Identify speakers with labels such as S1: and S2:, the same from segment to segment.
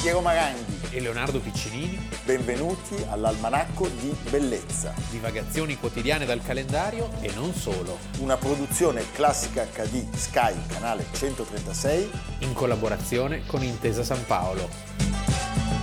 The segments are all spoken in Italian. S1: Piero Maranghi.
S2: e Leonardo Piccinini,
S1: Benvenuti all'Almanacco di Bellezza,
S2: divagazioni quotidiane dal calendario e non solo,
S1: una produzione classica HD Sky, canale 136.
S2: in collaborazione con Intesa San Paolo.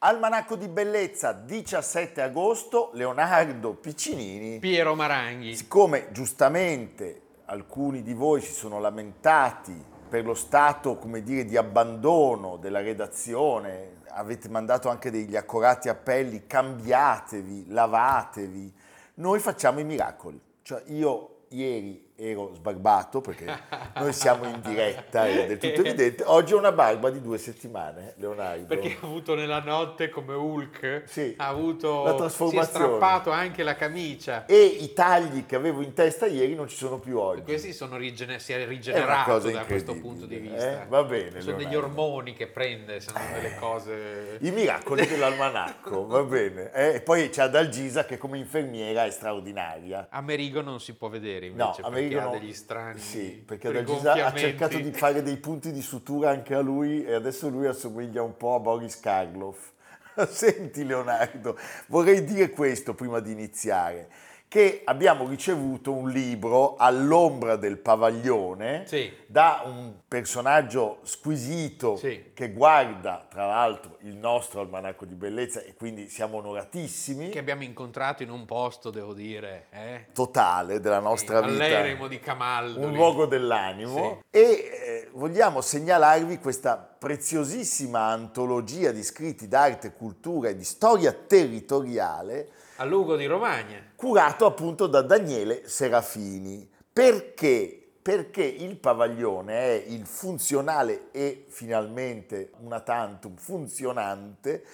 S1: Almanacco di Bellezza, 17 agosto, Leonardo Piccinini.
S2: Piero Maranghi,
S1: Siccome giustamente alcuni di voi si sono lamentati per lo stato, come dire, di abbandono della redazione, avete mandato anche degli accorati appelli, cambiatevi, lavatevi, noi facciamo i miracoli. Cioè io ieri ero sbarbato perché noi siamo in diretta, è del tutto evidente, oggi ho una barba di due settimane, Leonardo.
S2: perché ha avuto nella notte come Hulk,
S1: Sì,
S2: ha avuto,
S1: la trasformazione.
S2: si è strappato anche la camicia.
S1: E i tagli che avevo in testa ieri non ci sono più oggi.
S2: Questi sono rigene- si è
S1: È una
S2: rigenerato
S1: cosa
S2: Cioè, da questo
S1: incredibile,
S2: punto di
S1: eh?
S2: vista.
S1: Va bene,
S2: Sono degli
S1: Leonardo. Eh.
S2: ormoni che prende, sono delle cose...
S1: I miracoli dell'almanacco, va bene. Eh, e poi c'è Adalgisa che come infermiera è straordinaria.
S2: Amerigo non si può vedere
S1: No,
S2: invece perché
S1: Amerigo
S2: ha
S1: no.
S2: degli strani
S1: Sì, perché Adalgisa ha
S2: rigonfiamenti.
S1: cercato di fare dei punti di sutura anche a lui e adesso lui assomiglia un po' a Boris Karloff. Senti Leonardo, vorrei dire questo prima di iniziare, che abbiamo ricevuto un libro all'ombra del pavaglione
S2: Sì,
S1: da un personaggio squisito
S2: Sì.
S1: che guarda tra l'altro il nostro almanacco di bellezza e quindi siamo onoratissimi
S2: che abbiamo incontrato in un posto, devo dire, eh?
S1: totale della nostra vita
S2: all'eremo di Camaldoli.
S1: un luogo dell'animo e eh, vogliamo segnalarvi questa preziosissima antologia di scritti d'arte, cultura e di storia territoriale
S2: A Lugo di Romagna.
S1: curato appunto da Daniele Serafini. Perché? Perché il pavaglione è il funzionale e finalmente una tantum funzionante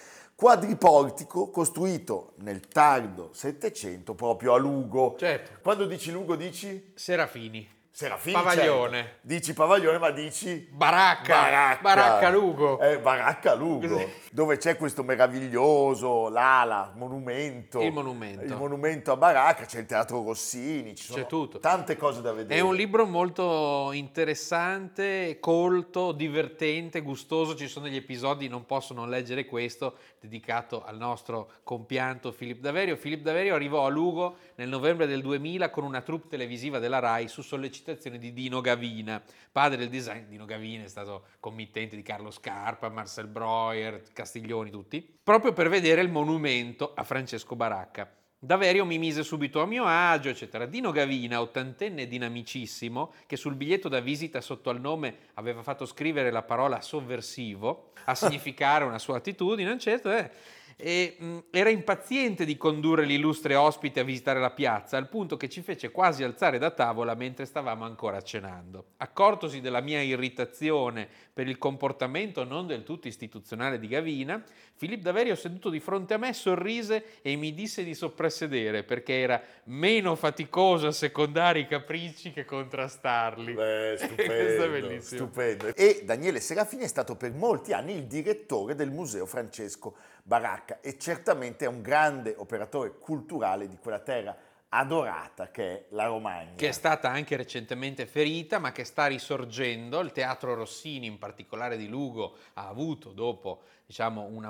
S1: quadriportico costruito nel tardo Settecento proprio a Lugo.
S2: Certo,
S1: Quando dici Lugo dici
S2: Serafini,
S1: Serafini.
S2: Pavaglione.
S1: certo. Dici pavaglione ma dici
S2: Baracca,
S1: Baracca,
S2: Baracca Lugo.
S1: Eh, Baracca Lugo, dove c'è questo meraviglioso Lala, monumento.
S2: Il monumento.
S1: Il monumento a Baracca, c'è il teatro Rossini, ci sono
S2: C'è tutto.
S1: tante cose da vedere.
S2: È un libro molto interessante, colto, divertente, gustoso. Ci sono degli episodi, non posso non leggere questo, dedicato al nostro compianto Filippo Daverio. Filippo Daverio arrivò a Lugo nel novembre del 2000 con una troupe televisiva della RAI su sollecitazione di Dino Gavina, padre del design. Dino Gavina è stato committente di Carlo Scarpa, Marcel Breuer, Castiglioni, tutti, proprio per vedere il monumento a Francesco Baracca. Daverio mi mise subito a mio agio, eccetera. Dino Gavina, ottantenne dinamicissimo, che sul biglietto da visita sotto al nome aveva fatto scrivere la parola sovversivo, a significare una sua attitudine, eccetera, eh, e, mh, era impaziente di condurre l'illustre ospite a visitare la piazza, al punto che ci fece quasi alzare da tavola mentre stavamo ancora cenando. Accortosi della mia irritazione per il comportamento non del tutto istituzionale di Gavina, Filippo Daverio seduto di fronte a me sorrise e mi disse di soprassedere perché era meno faticoso secondare i capricci che contrastarli.
S1: Beh,
S2: Questo
S1: Eh,
S2: è
S1: stupendo,
S2: bellissimo.
S1: stupendo. E Daniele Serafini è stato per molti anni il direttore del Museo Francesco Baracca e certamente è un grande operatore culturale di quella terra adorata che è la Romagna.
S2: Che è stata anche recentemente ferita, ma che sta risorgendo. Il Teatro Rossini, in particolare di Lugo, ha avuto dopo diciamo, una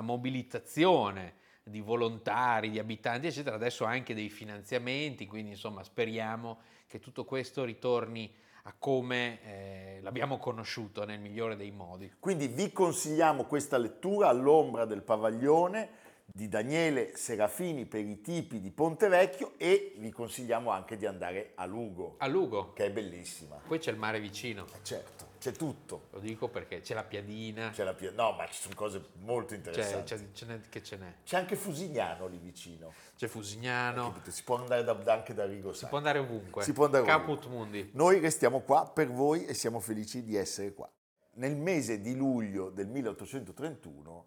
S2: mobilitazione di volontari, di abitanti, eccetera, adesso anche dei finanziamenti, quindi insomma speriamo che tutto questo ritorni a come eh, l'abbiamo conosciuto nel migliore dei modi.
S1: Quindi vi consigliamo questa lettura all'ombra del pavaglione di Daniele Serafini per i tipi di Pontevecchio e vi consigliamo anche di andare a Lugo,
S2: A Lugo,
S1: che è bellissima.
S2: poi c'è il mare vicino,
S1: Eh, Certo, c'è tutto.
S2: lo dico perché c'è la piadina,
S1: C'è esatto. la pia- no, ma ci sono cose molto
S2: c'è,
S1: interessanti. C'è,
S2: c'è- ce n'è- che ce n'è?
S1: anche Fusignano lì vicino.
S2: C'è Fusignano,
S1: Capito? Si può andare da- da- anche da Rigo
S2: si
S1: Sacco.
S2: può andare ovunque.
S1: Si può andare
S2: Caput Mundi.
S1: Noi restiamo qua per voi e siamo felici di essere qua. Nel mese di luglio del 1831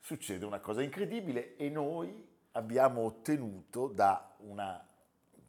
S1: succede una cosa incredibile e noi abbiamo ottenuto da una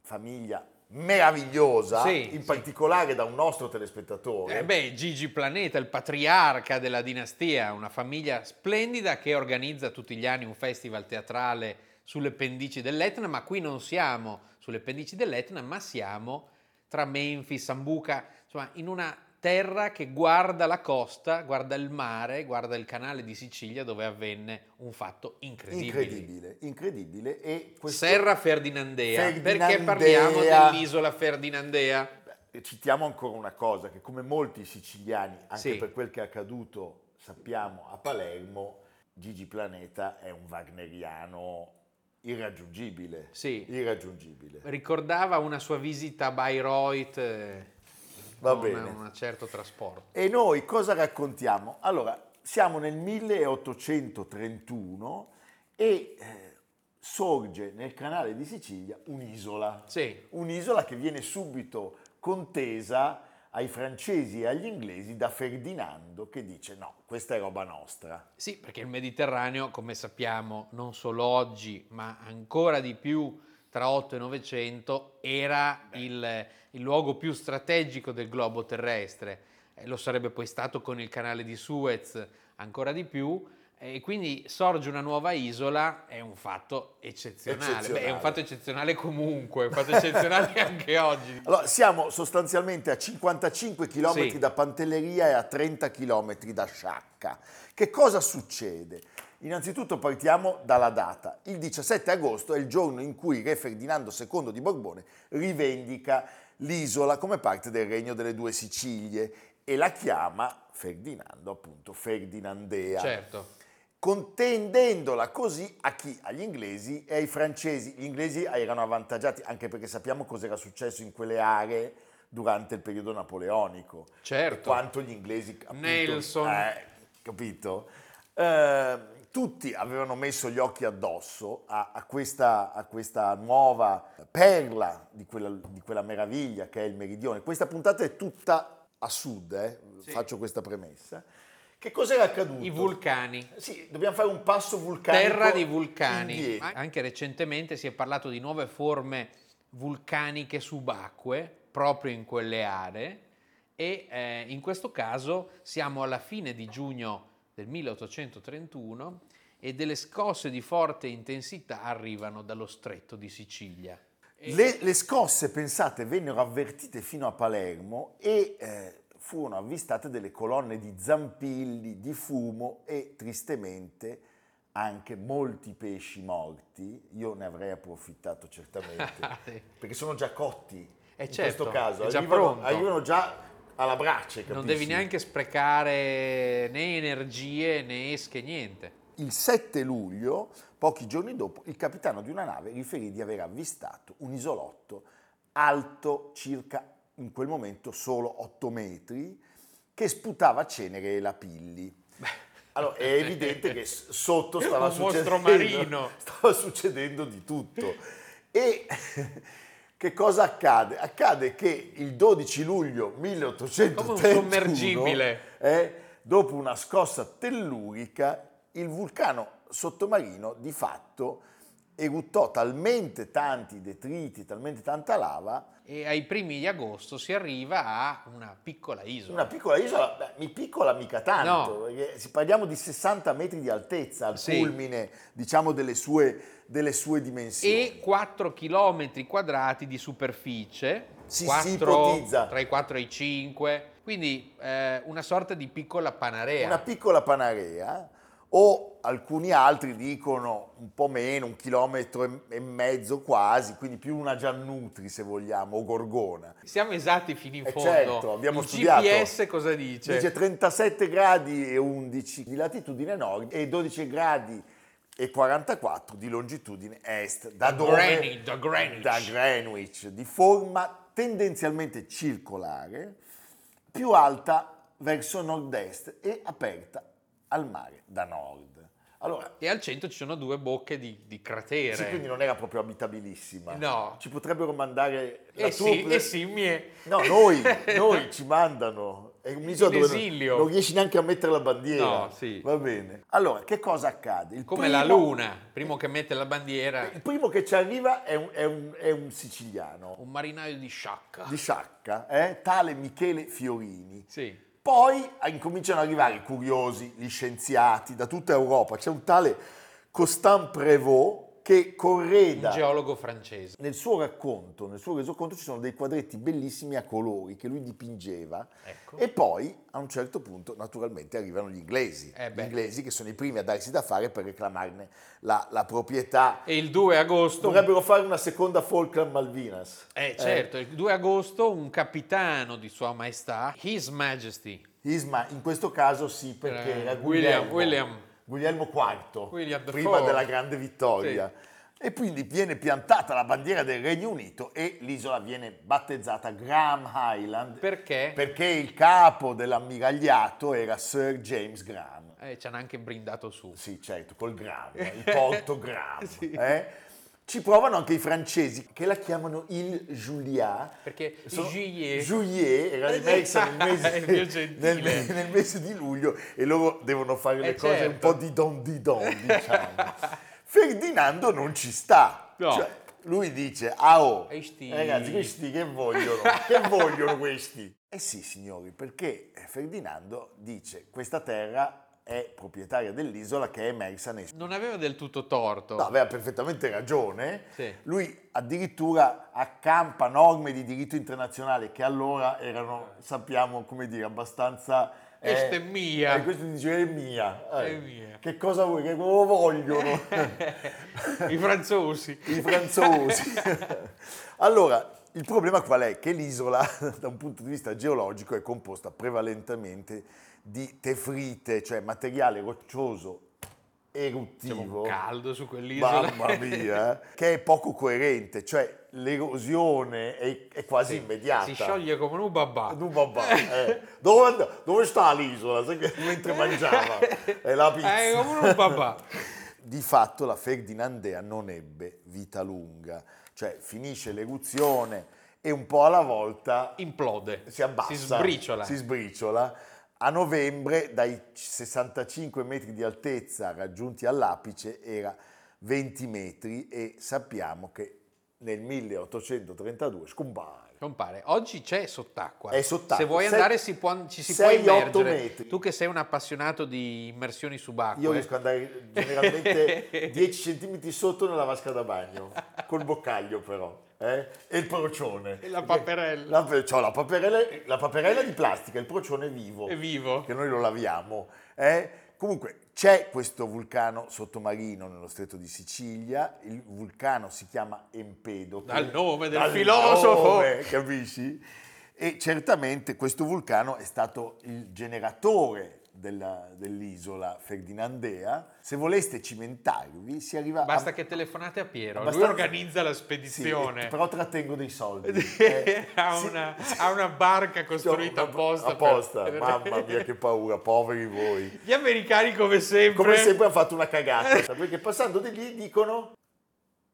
S1: famiglia meravigliosa,
S2: Sì,
S1: in
S2: sì.
S1: particolare da un nostro telespettatore,
S2: Eh beh, Gigi Planeta, il patriarca della dinastia, una famiglia splendida che organizza tutti gli anni un festival teatrale sulle pendici dell'Etna, ma qui non siamo sulle pendici dell'Etna, ma siamo tra Memphis, Sambuca, insomma, in una terra che guarda la costa, guarda il mare, guarda il canale di Sicilia dove avvenne un fatto incredibile.
S1: Incredibile, incredibile. E questo-
S2: Serra Ferdinandea, perché
S1: Ferdinandea.
S2: parliamo dell'isola Ferdinandea?
S1: Eh, Citiamo ancora una cosa, che come molti siciliani, anche
S2: Sì.
S1: per quel che è accaduto, sappiamo a Palermo, Gigi Planeta è un wagneriano irraggiungibile.
S2: Sì,
S1: Irraggiungibile.
S2: ricordava una sua visita a Bayreuth, eh,
S1: Va
S2: con
S1: bene.
S2: un certo trasporto.
S1: E noi cosa raccontiamo? Allora, siamo nel 1831 e eh, sorge nel canale di Sicilia un'isola.
S2: Sì,
S1: Un'isola che viene subito contesa ai francesi e agli inglesi da Ferdinando che dice no, questa è roba nostra.
S2: Sì, perché il Mediterraneo, come sappiamo, non solo oggi, ma ancora di più tra 8 e 900, era il, il luogo più strategico del globo terrestre. Eh, lo sarebbe poi stato con il canale di Suez ancora di più. eh, E quindi sorge una nuova isola, è un fatto eccezionale.
S1: Eccezionale.
S2: Beh, è un fatto eccezionale comunque, è un fatto eccezionale anche oggi.
S1: Allora, siamo sostanzialmente a 55 km
S2: Sì.
S1: da Pantelleria e a 30 km da Sciacca. Che cosa succede? Innanzitutto partiamo dalla data. Il 17 agosto è il giorno in cui re Ferdinando II di Borbone rivendica l'isola come parte del regno delle due Sicilie e la chiama Ferdinando, appunto, Ferdinandea
S2: Certo.
S1: contendendola così a chi? Agli inglesi e ai francesi. Gli inglesi erano avvantaggiati anche perché sappiamo cosa era successo in quelle aree durante il periodo napoleonico. E
S2: Certo.
S1: quanto gli inglesi... appunto,
S2: Nelson.
S1: eh, capito? Eh, tutti avevano messo gli occhi addosso a, a questa, a questa nuova perla di quella, di quella meraviglia che è il meridione. Questa puntata è tutta a sud, eh,
S2: Sì.
S1: faccio questa premessa. Che cosa era accaduto?
S2: I vulcani.
S1: Sì, dobbiamo fare un passo vulcanico.
S2: Terra di vulcani.
S1: indietro.
S2: Anche recentemente si è parlato di nuove forme vulcaniche subacquee proprio in quelle aree e eh, in questo caso siamo alla fine di giugno del 1831 e delle scosse di forte intensità arrivano dallo stretto di Sicilia. E-
S1: Le, le scosse, pensate, vennero avvertite fino a Palermo e eh, furono avvistate delle colonne di zampilli, di fumo e tristemente anche molti pesci morti. Io ne avrei approfittato certamente
S2: Ah, Sì.
S1: perché sono già cotti.
S2: Eh,
S1: in
S2: certo,
S1: questo caso
S2: è già
S1: arrivano,
S2: pronto.
S1: arrivano già alla brace.
S2: non
S1: capisci?
S2: devi neanche sprecare né energie né esche, niente.
S1: Il 7 luglio, pochi giorni dopo, il capitano di una nave riferì di aver avvistato un isolotto alto circa in quel momento solo 8 metri che sputava cenere e lapilli. Allora è evidente che s- sotto stava
S2: Un mostro
S1: succedendo,
S2: marino.
S1: stava succedendo di tutto. E che cosa accade? Accade che il 12 luglio 1831
S2: Come un sommergibile.
S1: eh, dopo una scossa tellurica, il vulcano sottomarino di fatto eruttò talmente tanti detriti, talmente tanta lava,
S2: E ai primi di agosto si arriva a una piccola isola.
S1: una piccola isola, beh, mi piccola mica tanto,
S2: No.
S1: perché si parliamo di 60 metri di altezza al
S2: Sì.
S1: culmine, diciamo, delle sue, delle sue dimensioni.
S2: e 4 km quadrati di superficie,
S1: Si- si
S2: Quattro-
S1: ipotizza.
S2: tra i 4 e i 5, quindi eh, una sorta di piccola panarea.
S1: Una piccola panarea o alcuni altri dicono un po' meno, un chilometro e- e mezzo quasi, quindi più una Giannutri se vogliamo, o Gorgona.
S2: Siamo esatti fino in
S1: Eh,
S2: fondo.
S1: certo, abbiamo
S2: Il
S1: studiato.
S2: GPS cosa dice?
S1: Dice 37 gradi e 11 di latitudine nord e 12 gradi e 44 di longitudine est. Da,
S2: Da
S1: dove?
S2: Greenwich, da Greenwich.
S1: Da Greenwich, di forma tendenzialmente circolare, più alta verso nord-est e aperta al mare da nord. Allora,
S2: E al centro ci sono due bocche di, di cratere.
S1: sì, quindi non era proprio abitabilissima.
S2: No.
S1: Ci potrebbero mandare la
S2: e, sì,
S1: turpe-
S2: e simmie.
S1: No, noi, noi ci mandano. È un'isola
S2: In
S1: dove
S2: esilio.
S1: non, non riesci neanche a mettere la bandiera.
S2: No, sì.
S1: Va bene. Allora, che cosa accade? Il
S2: Come
S1: primo-
S2: la luna, primo che mette la bandiera,
S1: Il primo che ci arriva è un, è un- è un siciliano
S2: un marinaio di sciacca.
S1: di Sciacca, eh, tale Michele Fiorini.
S2: Sì.
S1: Poi eh, incominciano ad arrivare i curiosi, gli scienziati da tutta Europa. C'è un tale Constant Prévost che
S2: un
S1: correda
S2: geologo francese.
S1: nel suo racconto, nel suo resoconto ci sono dei quadretti bellissimi a colori che lui dipingeva
S2: Ecco.
S1: e poi a un certo punto naturalmente arrivano gli inglesi,
S2: Eh
S1: gli
S2: beh.
S1: inglesi che sono i primi a darsi da fare per reclamarne la, la proprietà.
S2: E il 2 agosto,
S1: Dovrebbero fare una seconda Falkland Malvinas.
S2: eh, certo, il 2 agosto un capitano di Sua Maestà, His Majesty,
S1: Isma, in questo caso sì, perché
S2: Eh,
S1: era
S2: William-
S1: Guglielmo,
S2: William.
S1: Guglielmo IV,
S2: William the
S1: prima
S2: Fourth.
S1: della grande vittoria. E quindi viene piantata la bandiera del Regno Unito e l'isola viene battezzata Graham Highland
S2: perché
S1: perché il capo dell'ammiragliato era Sir James Graham.
S2: eh, ci hanno anche brindato su.
S1: Sì, certo, col Graham, il porto Graham.
S2: Sì.
S1: eh. Ci provano anche i francesi che la chiamano il Julia.
S2: Perché
S1: Sono-
S2: Juillet-
S1: Juillet era
S2: Eh,
S1: rimesso nel
S2: è più
S1: mese,
S2: gentile.
S1: nel- nel mese di luglio e loro devono fare le
S2: Eh,
S1: cose un
S2: certo.
S1: po' di don di don, diciamo. Ferdinando non ci sta.
S2: No.
S1: Cioè, lui dice, ah oh,
S2: E sti-
S1: ragazzi, questi che vogliono? che vogliono questi? Eh sì, signori, perché Ferdinando dice, questa terra è proprietaria dell'isola che è emersa nei...
S2: Non aveva del tutto torto.
S1: No, aveva perfettamente ragione.
S2: Sì.
S1: Lui addirittura accampa norme di diritto internazionale che allora erano, sappiamo, come dire, abbastanza...
S2: Questa è mia.
S1: E questo dice è mia. Eh,
S2: È mia.
S1: Che cosa vuoi? Che lo vogliono
S2: I franzosi.
S1: i franzosi? allora, il problema qual è? Che l'isola, da un punto di vista geologico, è composta prevalentemente di tefrite, cioè materiale roccioso
S2: C'è
S1: eruttivo.
S2: un caldo su quell'isola.
S1: Mamma mia, eh. che è poco coerente, cioè l'erosione è, è quasi immediata.
S2: Si scioglie come un babà.
S1: Tu, papà, eh, Dove, and- dove sta l'isola? Sai che mentre mangiava è la pizza.
S2: Eh, come un babà.
S1: Di fatto la Ferdinandea non ebbe vita lunga, cioè finisce l'eruzione e un po' alla volta
S2: Implode.
S1: si abbassa,
S2: Si sbriciola.
S1: si sbriciola. A novembre dai 65 metri di altezza raggiunti all'apice era 20 metri e sappiamo che nel 1832 scompare.
S2: Compare. Oggi c'è sott'acqua.
S1: È sott'acqua.
S2: Se vuoi
S1: Sei-
S2: andare si può- ci si
S1: sei,
S2: può
S1: otto
S2: immergere.
S1: metri.
S2: Tu che sei un appassionato di immersioni subacquee.
S1: Io riesco ad andare generalmente 10 cm sotto nella vasca da bagno, col boccaglio però, eh? e il procione.
S2: E la paperella.
S1: La, c'ho la paperella, la paperella di plastica, il procione è vivo.
S2: È vivo.
S1: che noi lo laviamo. eh. Comunque c'è questo vulcano sottomarino nello stretto di Sicilia, il vulcano si chiama Empedocle.
S2: Dal nome del filosofo.
S1: nome, capisci? E certamente questo vulcano è stato il generatore della- dell'isola Ferdinandea. Se voleste cimentarvi si arriva
S2: Basta
S1: a...
S2: che telefonate a Piero.
S1: abbastanza-
S2: Lui organizza la
S1: Sì,
S2: spedizione.
S1: però trattengo dei soldi. eh.
S2: ha,
S1: Sì.
S2: una, ha una barca costruita
S1: Cioè,
S2: apposta. per-
S1: apposta.
S2: per-
S1: Mamma mia che paura, poveri voi.
S2: Gli americani come sempre.
S1: Come sempre hanno fatto una cagata, Cioè, perché passando di lì dicono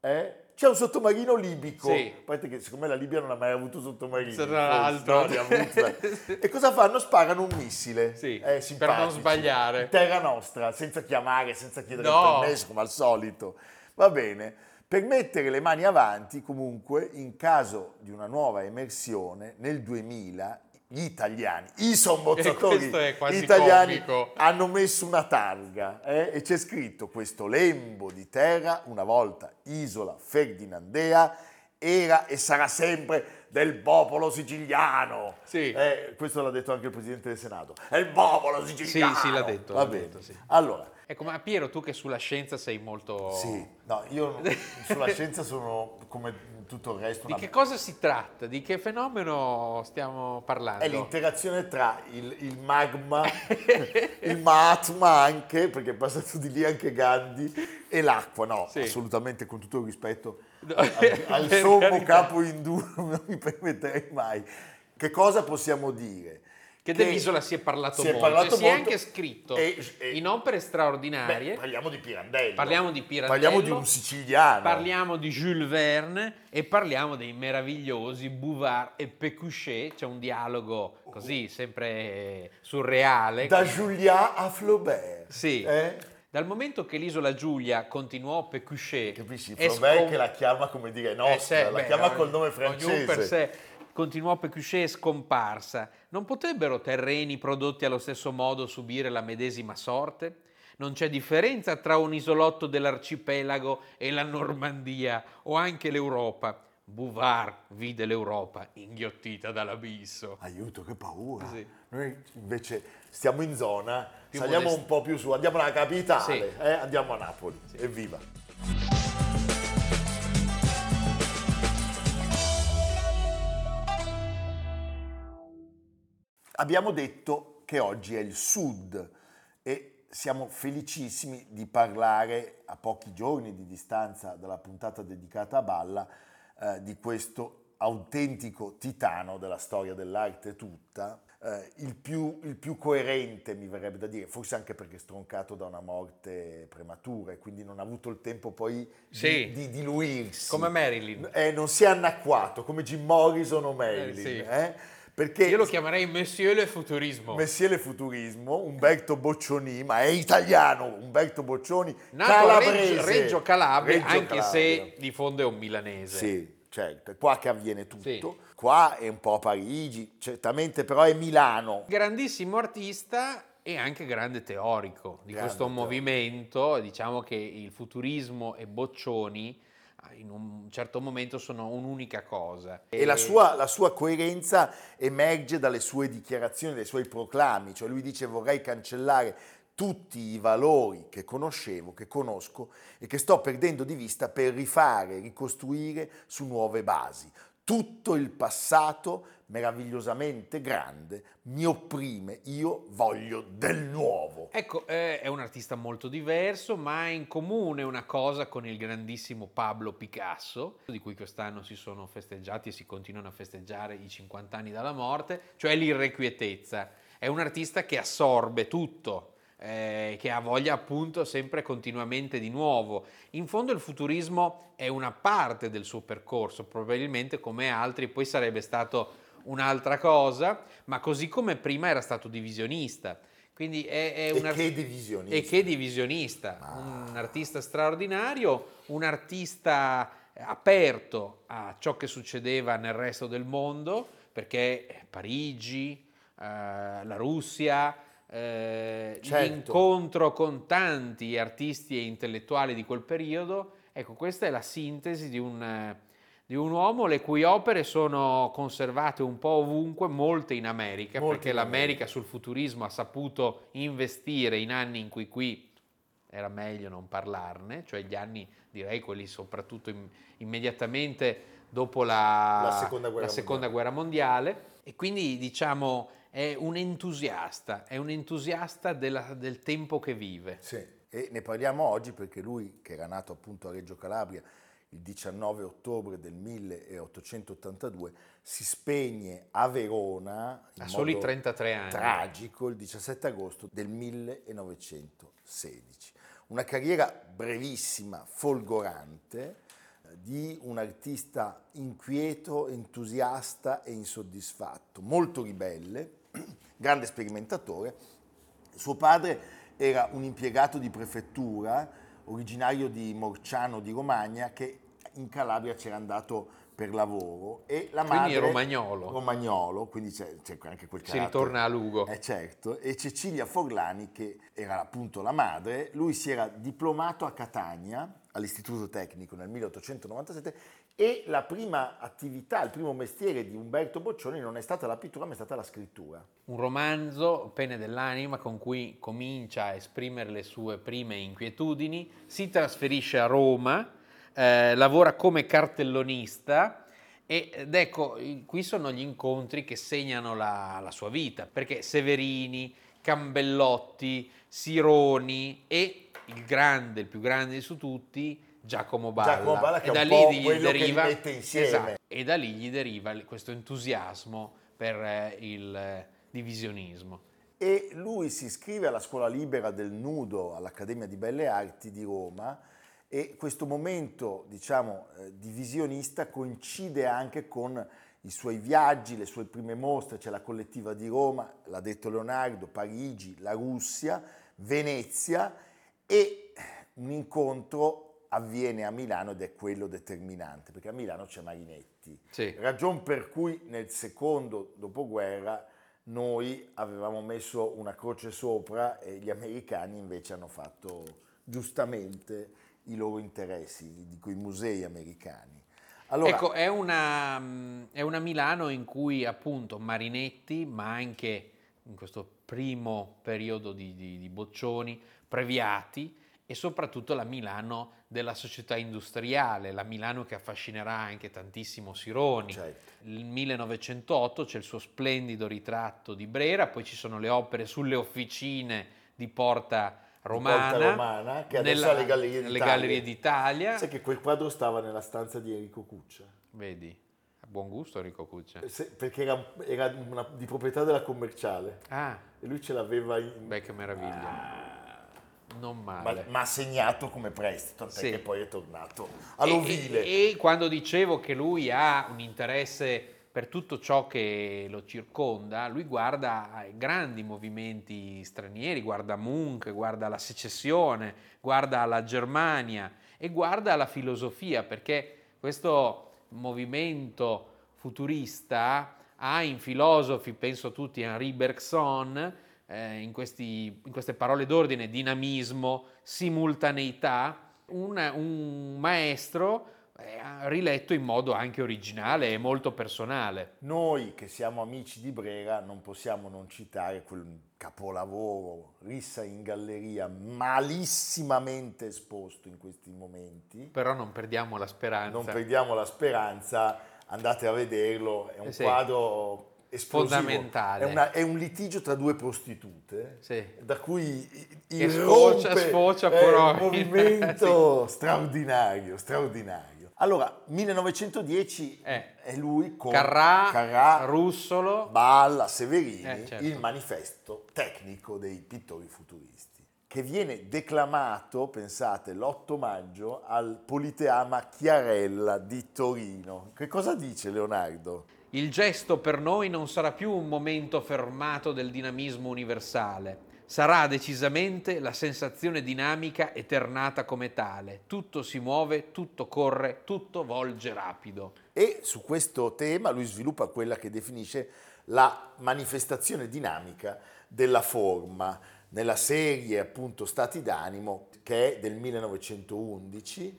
S1: eh, c'è un sottomarino libico.
S2: Sì.
S1: A parte che siccome la Libia non ha mai avuto sottomarini.
S2: Tra
S1: forse,
S2: l'altro.
S1: no, li ha avuti. e cosa fanno? Sparano un missile. eh,
S2: Sì, per non
S1: simpatici.
S2: sbagliare.
S1: Terra nostra, senza chiamare, senza chiedere
S2: No.
S1: il permesso, come al solito. Va bene. Per mettere le mani avanti, comunque, in caso di una nuova emersione, nel 2000 gli italiani, i sommozzatori
S2: questo è quasi
S1: italiani
S2: comico.
S1: hanno messo una targa eh, e c'è scritto questo lembo di terra, una volta isola Ferdinandea, era e sarà sempre del popolo siciliano.
S2: Sì.
S1: Eh, questo l'ha detto anche il Presidente del Senato. È il popolo siciliano.
S2: sì, l'ha detto,
S1: Va
S2: l'ha
S1: bene.
S2: detto, sì.
S1: Allora,
S2: Ecco, ma Piero, tu che sulla scienza sei molto...
S1: sì, no, io sulla scienza sono come tutto il resto
S2: Di
S1: una
S2: che cosa si tratta? Di che fenomeno stiamo parlando?
S1: È l'interazione tra il, il magma, il Mahatma anche, perché è passato di lì anche Gandhi, e l'acqua, no,
S2: Sì.
S1: assolutamente con tutto il rispetto
S2: No,
S1: al, al
S2: per
S1: sommo
S2: carità.
S1: capo indù, non mi permetterei mai. Che cosa possiamo dire?
S2: Che dell'isola si è parlato
S1: si è
S2: molto,
S1: parlato
S2: e si è
S1: molto
S2: anche scritto
S1: e- e-
S2: in opere straordinarie.
S1: Beh, parliamo di Pirandello.
S2: Parliamo di Pirandello.
S1: Parliamo di un siciliano.
S2: Parliamo di Jules Verne e parliamo dei meravigliosi Bouvard e Pécuchet, c'è un dialogo così sempre surreale.
S1: da Julia a Flaubert.
S2: Sì.
S1: Eh?
S2: Dal momento che l'isola Giulia continuò Pécuchet,
S1: Capisci?
S2: e
S1: Flaubert
S2: scom-
S1: che la chiama, come dire,
S2: Eh,
S1: nostra,
S2: se-
S1: la
S2: beh,
S1: chiama
S2: no,
S1: col nome
S2: Ognuno
S1: francese.
S2: per sé continuò Pécuchet e scomparsa. Non potrebbero terreni prodotti allo stesso modo subire la medesima sorte? Non c'è differenza tra un isolotto dell'arcipelago e la Normandia o anche l'Europa. Bouvard vide l'Europa inghiottita dall'abisso.
S1: Aiuto, che paura.
S2: Sì.
S1: Noi invece stiamo in zona,
S2: Più
S1: saliamo
S2: modesti.
S1: un po' più su, andiamo alla capitale,
S2: Sì.
S1: eh, andiamo a Napoli. Evviva. Abbiamo detto che oggi è il sud e siamo felicissimi di parlare a pochi giorni di distanza dalla puntata dedicata a Balla eh, di questo autentico titano della storia dell'arte tutta, eh, il, più, il più coerente mi verrebbe da dire, forse anche perché stroncato da una morte prematura e quindi non ha avuto il tempo poi di-
S2: Sì.
S1: di, diluirsi.
S2: Come Marilyn.
S1: Eh, non si è annacquato come Jim Morrison o Marilyn.
S2: sì.
S1: eh, Perché
S2: Io lo chiamerei Monsieur le Futurismo.
S1: Messiele Futurismo, Umberto Boccioni, ma è italiano, Umberto Boccioni,
S2: Nato a
S1: calabrese.
S2: Reggio, Reggio Calabria,
S1: Reggio
S2: anche
S1: Calabria.
S2: se di fondo è un milanese.
S1: Sì, certo, è qua che avviene tutto.
S2: Sì.
S1: Qua è un po' a Parigi, certamente però è Milano.
S2: Grandissimo artista e anche grande teorico di
S1: Grande
S2: questo
S1: teorico.
S2: movimento. Diciamo che il futurismo e Boccioni ah, in un certo momento sono un'unica cosa.
S1: E la sua, la sua coerenza emerge dalle sue dichiarazioni, dai suoi proclami, cioè lui dice vorrei cancellare tutti i valori che conoscevo, che conosco e che sto perdendo di vista per rifare, ricostruire su nuove basi. Tutto il passato meravigliosamente grande mi opprime, io voglio del nuovo.
S2: Ecco, eh, è un artista molto diverso, ma ha in comune una cosa con il grandissimo Pablo Picasso, di cui quest'anno si sono festeggiati e si continuano a festeggiare i 50 anni dalla morte, cioè l'irrequietezza. È un artista che assorbe tutto, eh, che ha voglia appunto sempre e continuamente di nuovo. In fondo il futurismo è una parte del suo percorso, probabilmente come altri, poi sarebbe stato un'altra cosa, ma così come prima era stato divisionista. Quindi è, è un
S1: e
S2: artista
S1: che divisionista. Ah.
S2: e che divisionista,
S1: Ma-
S2: un artista straordinario, un artista eh, aperto a ciò che succedeva nel resto del mondo, perché eh, Parigi, eh, la Russia, eh,
S1: Certo.
S2: l'incontro con tanti artisti e intellettuali di quel periodo, ecco questa è la sintesi di un, eh, di un uomo le cui opere sono conservate un po' ovunque, molte in America,
S1: Molte
S2: perché
S1: in
S2: l'America
S1: America.
S2: sul futurismo ha saputo investire in anni in cui qui era meglio non parlarne, cioè gli anni direi quelli soprattutto im- immediatamente dopo la,
S1: La Seconda Guerra
S2: la Seconda Guerra Mondiale e quindi diciamo è un entusiasta, è un entusiasta della- del tempo che vive.
S1: Sì, e ne parliamo oggi perché lui, che era nato appunto a Reggio Calabria il 19 ottobre del 1882, si spegne a Verona in
S2: Ha soli
S1: modo
S2: 33 anni.
S1: tragico il 17 agosto del 1916. Una carriera brevissima, folgorante, eh, di un artista inquieto, entusiasta e insoddisfatto, molto ribelle, grande sperimentatore suo padre era un impiegato di prefettura, originario di Morciano di Romagna, che in Calabria c'era andato per lavoro e la
S2: Quindi
S1: madre...
S2: romagnolo.
S1: Romagnolo, quindi c'è, c'è anche quel
S2: Si
S1: carattere.
S2: ritorna a Lugo.
S1: Eh certo, e Cecilia Forlani, che era appunto la madre, lui si era diplomato a Catania, all'Istituto Tecnico nel 1897, e la prima attività, il primo mestiere di Umberto Boccioni non è stata la pittura, ma è stata la scrittura.
S2: un romanzo, Pene dell'anima, con cui comincia a esprimere le sue prime inquietudini, si trasferisce a Roma, eh, lavora come cartellonista e- ed ecco, i- qui sono gli incontri che segnano la, la sua vita, perché Severini, Cambellotti, Sironi e il grande, il più grande su tutti, Giacomo Balla.
S1: Giacomo Balla, che
S2: e
S1: è
S2: da
S1: un
S2: lì
S1: po'
S2: gli
S1: quello che li
S2: deriva-
S1: mette insieme.
S2: Esatto, e da lì gli deriva l- questo entusiasmo per eh, il eh, divisionismo.
S1: e lui si iscrive alla scuola libera del nudo all'Accademia di Belle Arti di Roma e questo momento, diciamo, eh, divisionista coincide anche con i suoi viaggi, le sue prime mostre, c'è la collettiva di Roma, l'ha detto Leonardo, Parigi, la Russia, Venezia e un incontro avviene a Milano ed è quello determinante, perché a Milano c'è Marinetti.
S2: Sì.
S1: Ragion per cui nel secondo dopoguerra noi avevamo messo una croce sopra e gli americani invece hanno fatto giustamente i loro interessi di quei musei americani. Allora,
S2: ecco, è una, mh, è una Milano in cui appunto Marinetti, ma anche in questo primo periodo di, di- di Boccioni, Previati e soprattutto la Milano della società industriale, la Milano che affascinerà anche tantissimo Sironi.
S1: certo.
S2: Il 1908 c'è il suo splendido ritratto di Brera, poi ci sono le opere sulle officine di Porta Romana,
S1: Porta Romana, che adesso
S2: nella-
S1: ha le Gallerie
S2: nelle
S1: d'Italia.
S2: Gallerie d'Italia.
S1: Sai che quel quadro stava nella stanza di Enrico Cuccia?
S2: Vedi, ha buon gusto Enrico Cuccia.
S1: Se- perché era, era una- di proprietà della commerciale
S2: Ah,
S1: e lui ce l'aveva in... Ah.
S2: beh che meraviglia, non
S1: ma,
S2: male.
S1: ma ha segnato come prestito
S2: Sì.
S1: perché poi è tornato all'ovile
S2: E, e- e quando dicevo che lui ha un interesse per tutto ciò che lo circonda, lui guarda ai grandi movimenti stranieri, guarda Munch, guarda la secessione, guarda alla Germania e guarda alla filosofia, perché questo movimento futurista ha in filosofi, penso a tutti, Henri Bergson, eh, in, questi- in queste parole d'ordine, dinamismo, simultaneità, un, un maestro eh, ha riletto in modo anche originale e molto personale.
S1: Noi che siamo amici di Brera non possiamo non citare quel capolavoro rissa in galleria malissimamente esposto in questi momenti.
S2: Però non perdiamo la speranza.
S1: Non perdiamo la speranza, andate a vederlo, è un
S2: Eh sì.
S1: quadro esplosivo.
S2: Fondamentale.
S1: È, una- è un litigio tra due prostitute.
S2: Sì.
S1: Da cui i-
S2: Che
S1: irrompe,
S2: sfocia- sfocia
S1: eh,
S2: però-
S1: un movimento straordinario, straordinario. Allora, 1910
S2: Eh.
S1: è lui con
S2: Carrà,
S1: Carrà,
S2: Russolo,
S1: Balla Severini
S2: Eh, certo.
S1: il manifesto tecnico dei pittori futuristi, che viene declamato, pensate, l'8 maggio al Politeama Chiarella di Torino. Che cosa dice Leonardo?
S2: Il gesto per noi non sarà più un momento fermato del dinamismo universale, sarà decisamente la sensazione dinamica eternata come tale. Tutto si muove, tutto corre, tutto volge rapido.
S1: E su questo tema lui sviluppa quella che definisce la manifestazione dinamica della forma nella serie appunto Stati d'animo che è del 1911.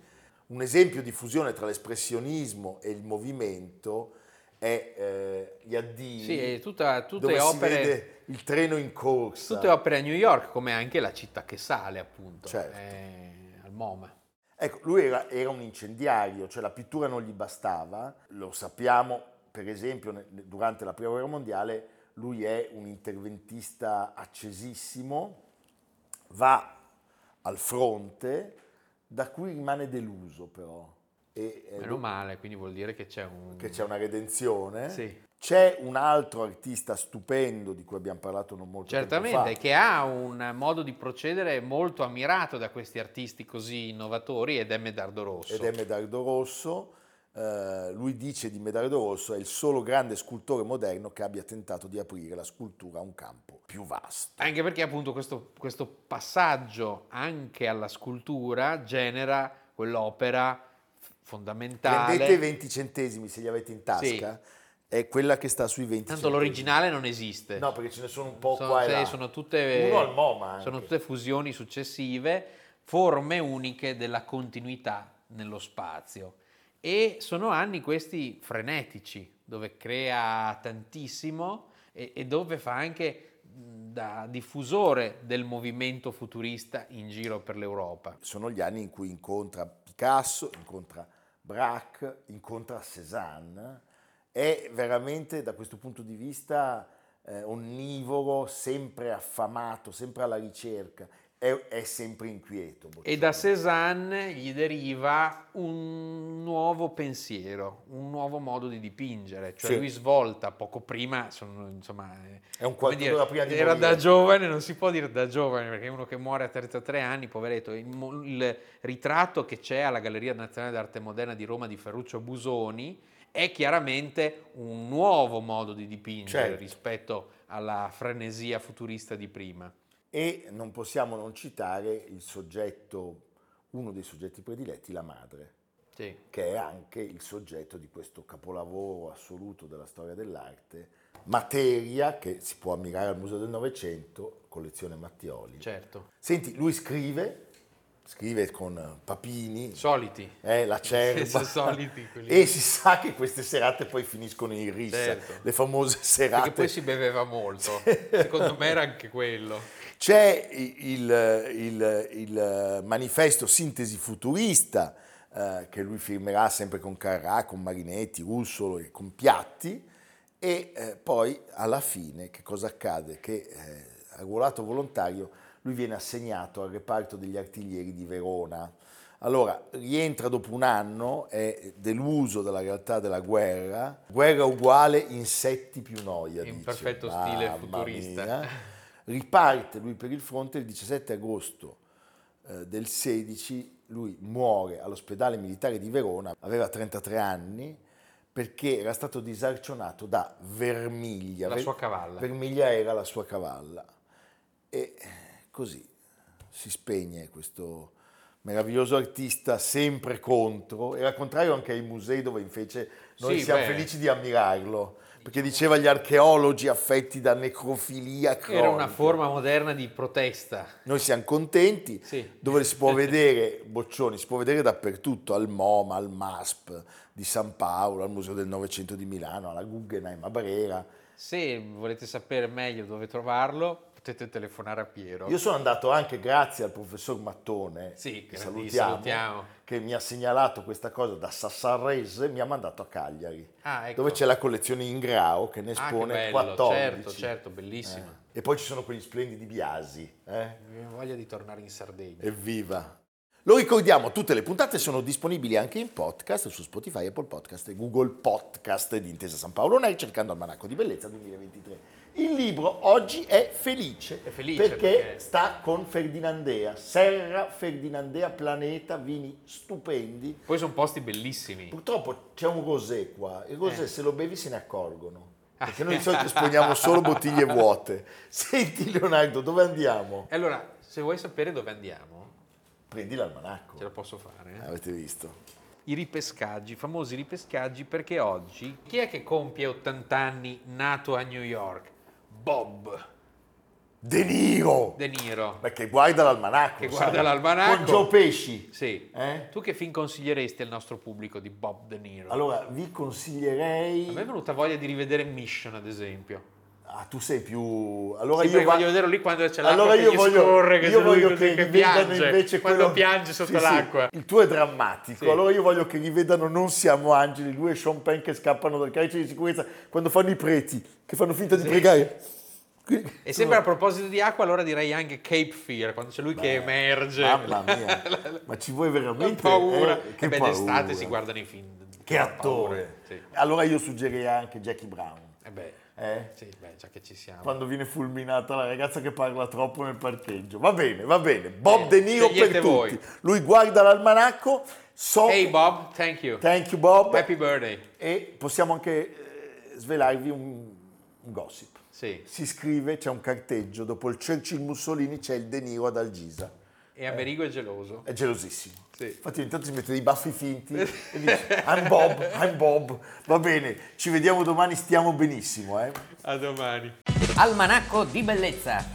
S1: Un esempio di fusione tra l'espressionismo e il movimento è eh, gli addii
S2: Sì, è tutta, tutte
S1: dove si
S2: opere...
S1: vede il treno in corsa.
S2: Tutte opere a New York, come anche la città che sale, appunto,
S1: Certo.
S2: eh, al MoMA.
S1: Ecco, lui era, era un incendiario, cioè la pittura non gli bastava, lo sappiamo per esempio ne- durante la Prima Guerra Mondiale, lui è un interventista accesissimo, va al fronte, da cui rimane deluso però, e, eh,
S2: Meno male, quindi vuol dire che c'è un...
S1: che c'è una redenzione.
S2: Sì,
S1: C'è un altro artista stupendo di cui abbiamo parlato non molto tempo fa.
S2: certamente, che ha un modo di procedere molto ammirato da questi artisti così innovatori ed è Medardo Rosso.
S1: ed è Medardo Rosso. Eh, lui dice di Medardo Rosso è il solo grande scultore moderno che abbia tentato di aprire la scultura a un campo più vasto.
S2: Anche perché appunto questo, questo passaggio anche alla scultura genera quell'opera f- fondamentale.
S1: Prendete i 20 centesimi se li avete in tasca, è quella che sta sui 20
S2: Tanto
S1: centesimi.
S2: l'originale non esiste.
S1: No, perché ce ne sono un po'
S2: sono,
S1: qua e
S2: sì,
S1: là.
S2: sono tutte,
S1: Uno al MoMA anche.
S2: sono tutte fusioni successive, forme uniche della continuità nello spazio. E sono anni questi frenetici, dove crea tantissimo e, e dove fa anche mh, da diffusore del movimento futurista in giro per l'Europa.
S1: Sono gli anni in cui incontra Picasso, incontra Braque, incontra Cézanne. È veramente da questo punto di vista eh, onnivoro, sempre affamato, sempre alla ricerca. È, è sempre inquieto.
S2: E
S1: Boccioni.
S2: da Cézanne gli deriva un nuovo pensiero, un nuovo modo di dipingere, cioè
S1: Sì.
S2: lui svolta poco prima, sono, insomma, eh,
S1: È un
S2: Come
S1: quarto
S2: dire,
S1: d'ora prima di
S2: era
S1: morire.
S2: da giovane, non si può dire da giovane perché uno che muore a 33 anni, poveretto, il, mo- il ritratto che c'è alla Galleria Nazionale d'Arte Moderna di Roma di Ferruccio Busoni è chiaramente un nuovo modo di dipingere
S1: Certo.
S2: rispetto alla frenesia futurista di prima.
S1: E non possiamo non citare il soggetto, uno dei soggetti prediletti, la madre, che è anche il soggetto di questo capolavoro assoluto della storia dell'arte, materia che si può ammirare al Museo del Novecento, collezione Mattioli.
S2: certo.
S1: Senti, lui scrive, scrive con Papini,
S2: Soliti.
S1: eh, la cerba,
S2: Sono soliti quelli.
S1: e si sa che queste serate poi finiscono in rissa,
S2: Certo.
S1: le famose serate.
S2: Perché poi si beveva molto. Secondo me era anche quello.
S1: C'è i- il, il- il manifesto Sintesi Futurista eh, che lui firmerà sempre con Carrà, con Marinetti, Russolo e con Piatti e eh, poi alla fine che cosa accade? Che eh, a ruolato volontario lui viene assegnato al reparto degli artiglieri di Verona. Allora, rientra dopo un anno, è deluso dalla realtà della guerra, guerra uguale, insetti più noia.
S2: In
S1: dice.
S2: perfetto stile
S1: Mamma
S2: futurista.
S1: mia. Riparte lui per il fronte il 17 agosto eh, del 16, lui muore all'ospedale militare di Verona, aveva 33 anni, perché era stato disarcionato da Vermiglia.
S2: La
S1: Ver-
S2: sua cavalla.
S1: Vermiglia era la sua cavalla. E eh, così si spegne questo meraviglioso artista sempre contro, era contrario anche ai musei dove invece noi
S2: Sì,
S1: siamo
S2: beh.
S1: felici di ammirarlo, perché diceva gli archeologi affetti da necrofilia cronica.
S2: Era una forma moderna di protesta.
S1: Noi siamo contenti,
S2: Sì.
S1: dove si può vedere Boccioni, si può vedere dappertutto, al MoMA, al MASP di San Paolo, al Museo del Novecento di Milano, alla Guggenheim a Brera.
S2: Se volete sapere meglio dove trovarlo, potete telefonare a Piero.
S1: Io sono andato anche grazie al professor Mattone,
S2: Sì,
S1: che
S2: grandissimo,
S1: salutiamo,
S2: salutiamo.
S1: che mi ha segnalato questa cosa da Sassarrese, mi ha mandato a Cagliari,
S2: Ah, ecco.
S1: dove c'è la collezione in Grau che ne
S2: Ah, che
S1: espone
S2: bello,
S1: 14.
S2: Certo, certo, bellissima.
S1: Eh, E poi ci sono quegli splendidi Biasi. Eh?
S2: Mi viene voglia di tornare in Sardegna.
S1: Evviva! Lo ricordiamo, tutte le puntate sono disponibili anche in podcast su Spotify, Apple Podcast e Google Podcast di Intesa San Paolo Nel cercando Almanacco di Bellezza 2023. Il libro oggi è felice,
S2: È felice
S1: perché,
S2: perché-
S1: sta con Ferdinandea, Serra Ferdinandea Planeta, vini stupendi.
S2: Poi sono posti bellissimi.
S1: Purtroppo c'è un rosé qua, il rosé
S2: Eh.
S1: se lo bevi se ne accorgono, perché noi di solito esponiamo solo bottiglie vuote. Senti Leonardo, dove andiamo?
S2: E allora, se vuoi sapere dove andiamo,
S1: Prendi l'almanacco.
S2: ce la posso fare. eh?
S1: Avete visto?
S2: I ripescaggi, i famosi ripescaggi, perché oggi chi è che compie 80 anni nato a New York? Bob
S1: De Niro!
S2: De Niro.
S1: Perché guarda l'almanacco.
S2: Che
S1: sai?
S2: guarda l'almanacco.
S1: Con Joe Pesci.
S2: Sì.
S1: Eh?
S2: Tu che film consiglieresti al nostro pubblico di Bob De Niro?
S1: Allora, vi
S2: A me è
S1: consiglierei...
S2: venuta voglia di rivedere Mission, ad esempio.
S1: Ah, tu sei più... Allora
S2: Sì,
S1: io
S2: perché
S1: va-
S2: voglio vederlo lì quando c'è l'acqua
S1: allora
S2: che
S1: io
S2: gli
S1: voglio,
S2: scorre, che
S1: io
S2: c'è lui
S1: voglio
S2: che-
S1: che
S2: che
S1: rivedano
S2: piange,
S1: invece
S2: quando
S1: quello-
S2: piange sotto
S1: Sì, sì,
S2: l'acqua.
S1: il tuo è drammatico,
S2: Sì.
S1: allora io voglio che rivedano Non siamo angeli, lui e Sean Penn che scappano dal carcere di sicurezza quando fanno i preti, che fanno finta di pregare. Quindi-
S2: E sempre a proposito di acqua, allora direi anche Cape Fear, quando c'è lui che
S1: Beh,
S2: emerge.
S1: Mamma mia, ma ci vuoi
S2: La
S1: veramente?
S2: paura.
S1: Eh,
S2: Eh beh, d'estate
S1: paura.
S2: si guardano i film. di-
S1: Che
S2: con la
S1: attore!
S2: paura, Sì.
S1: Allora io suggerirei anche Jackie Brown.
S2: Eh beh,
S1: Eh?
S2: sì, beh, già che ci siamo.
S1: Quando viene fulminata la ragazza che parla troppo nel parcheggio. Va bene, va bene. Bob De Niro per
S2: Eh, Scegliete
S1: tutti.
S2: voi.
S1: Lui guarda l'almanacco. So
S2: Hey Bob, thank you.
S1: Thank you Bob.
S2: Happy birthday.
S1: E possiamo anche eh, svelarvi un, un gossip.
S2: Sì.
S1: Si scrive, c'è un carteggio, dopo il Churchill Mussolini c'è il De Niro ad Algisa.
S2: E Amerigo è geloso.
S1: È gelosissimo.
S2: Sì.
S1: Infatti ogni tanto si mette dei baffi finti e dice I'm Bob, I'm Bob. Va bene, ci vediamo domani, stiamo benissimo. Eh.
S2: A domani.
S3: Almanacco di bellezza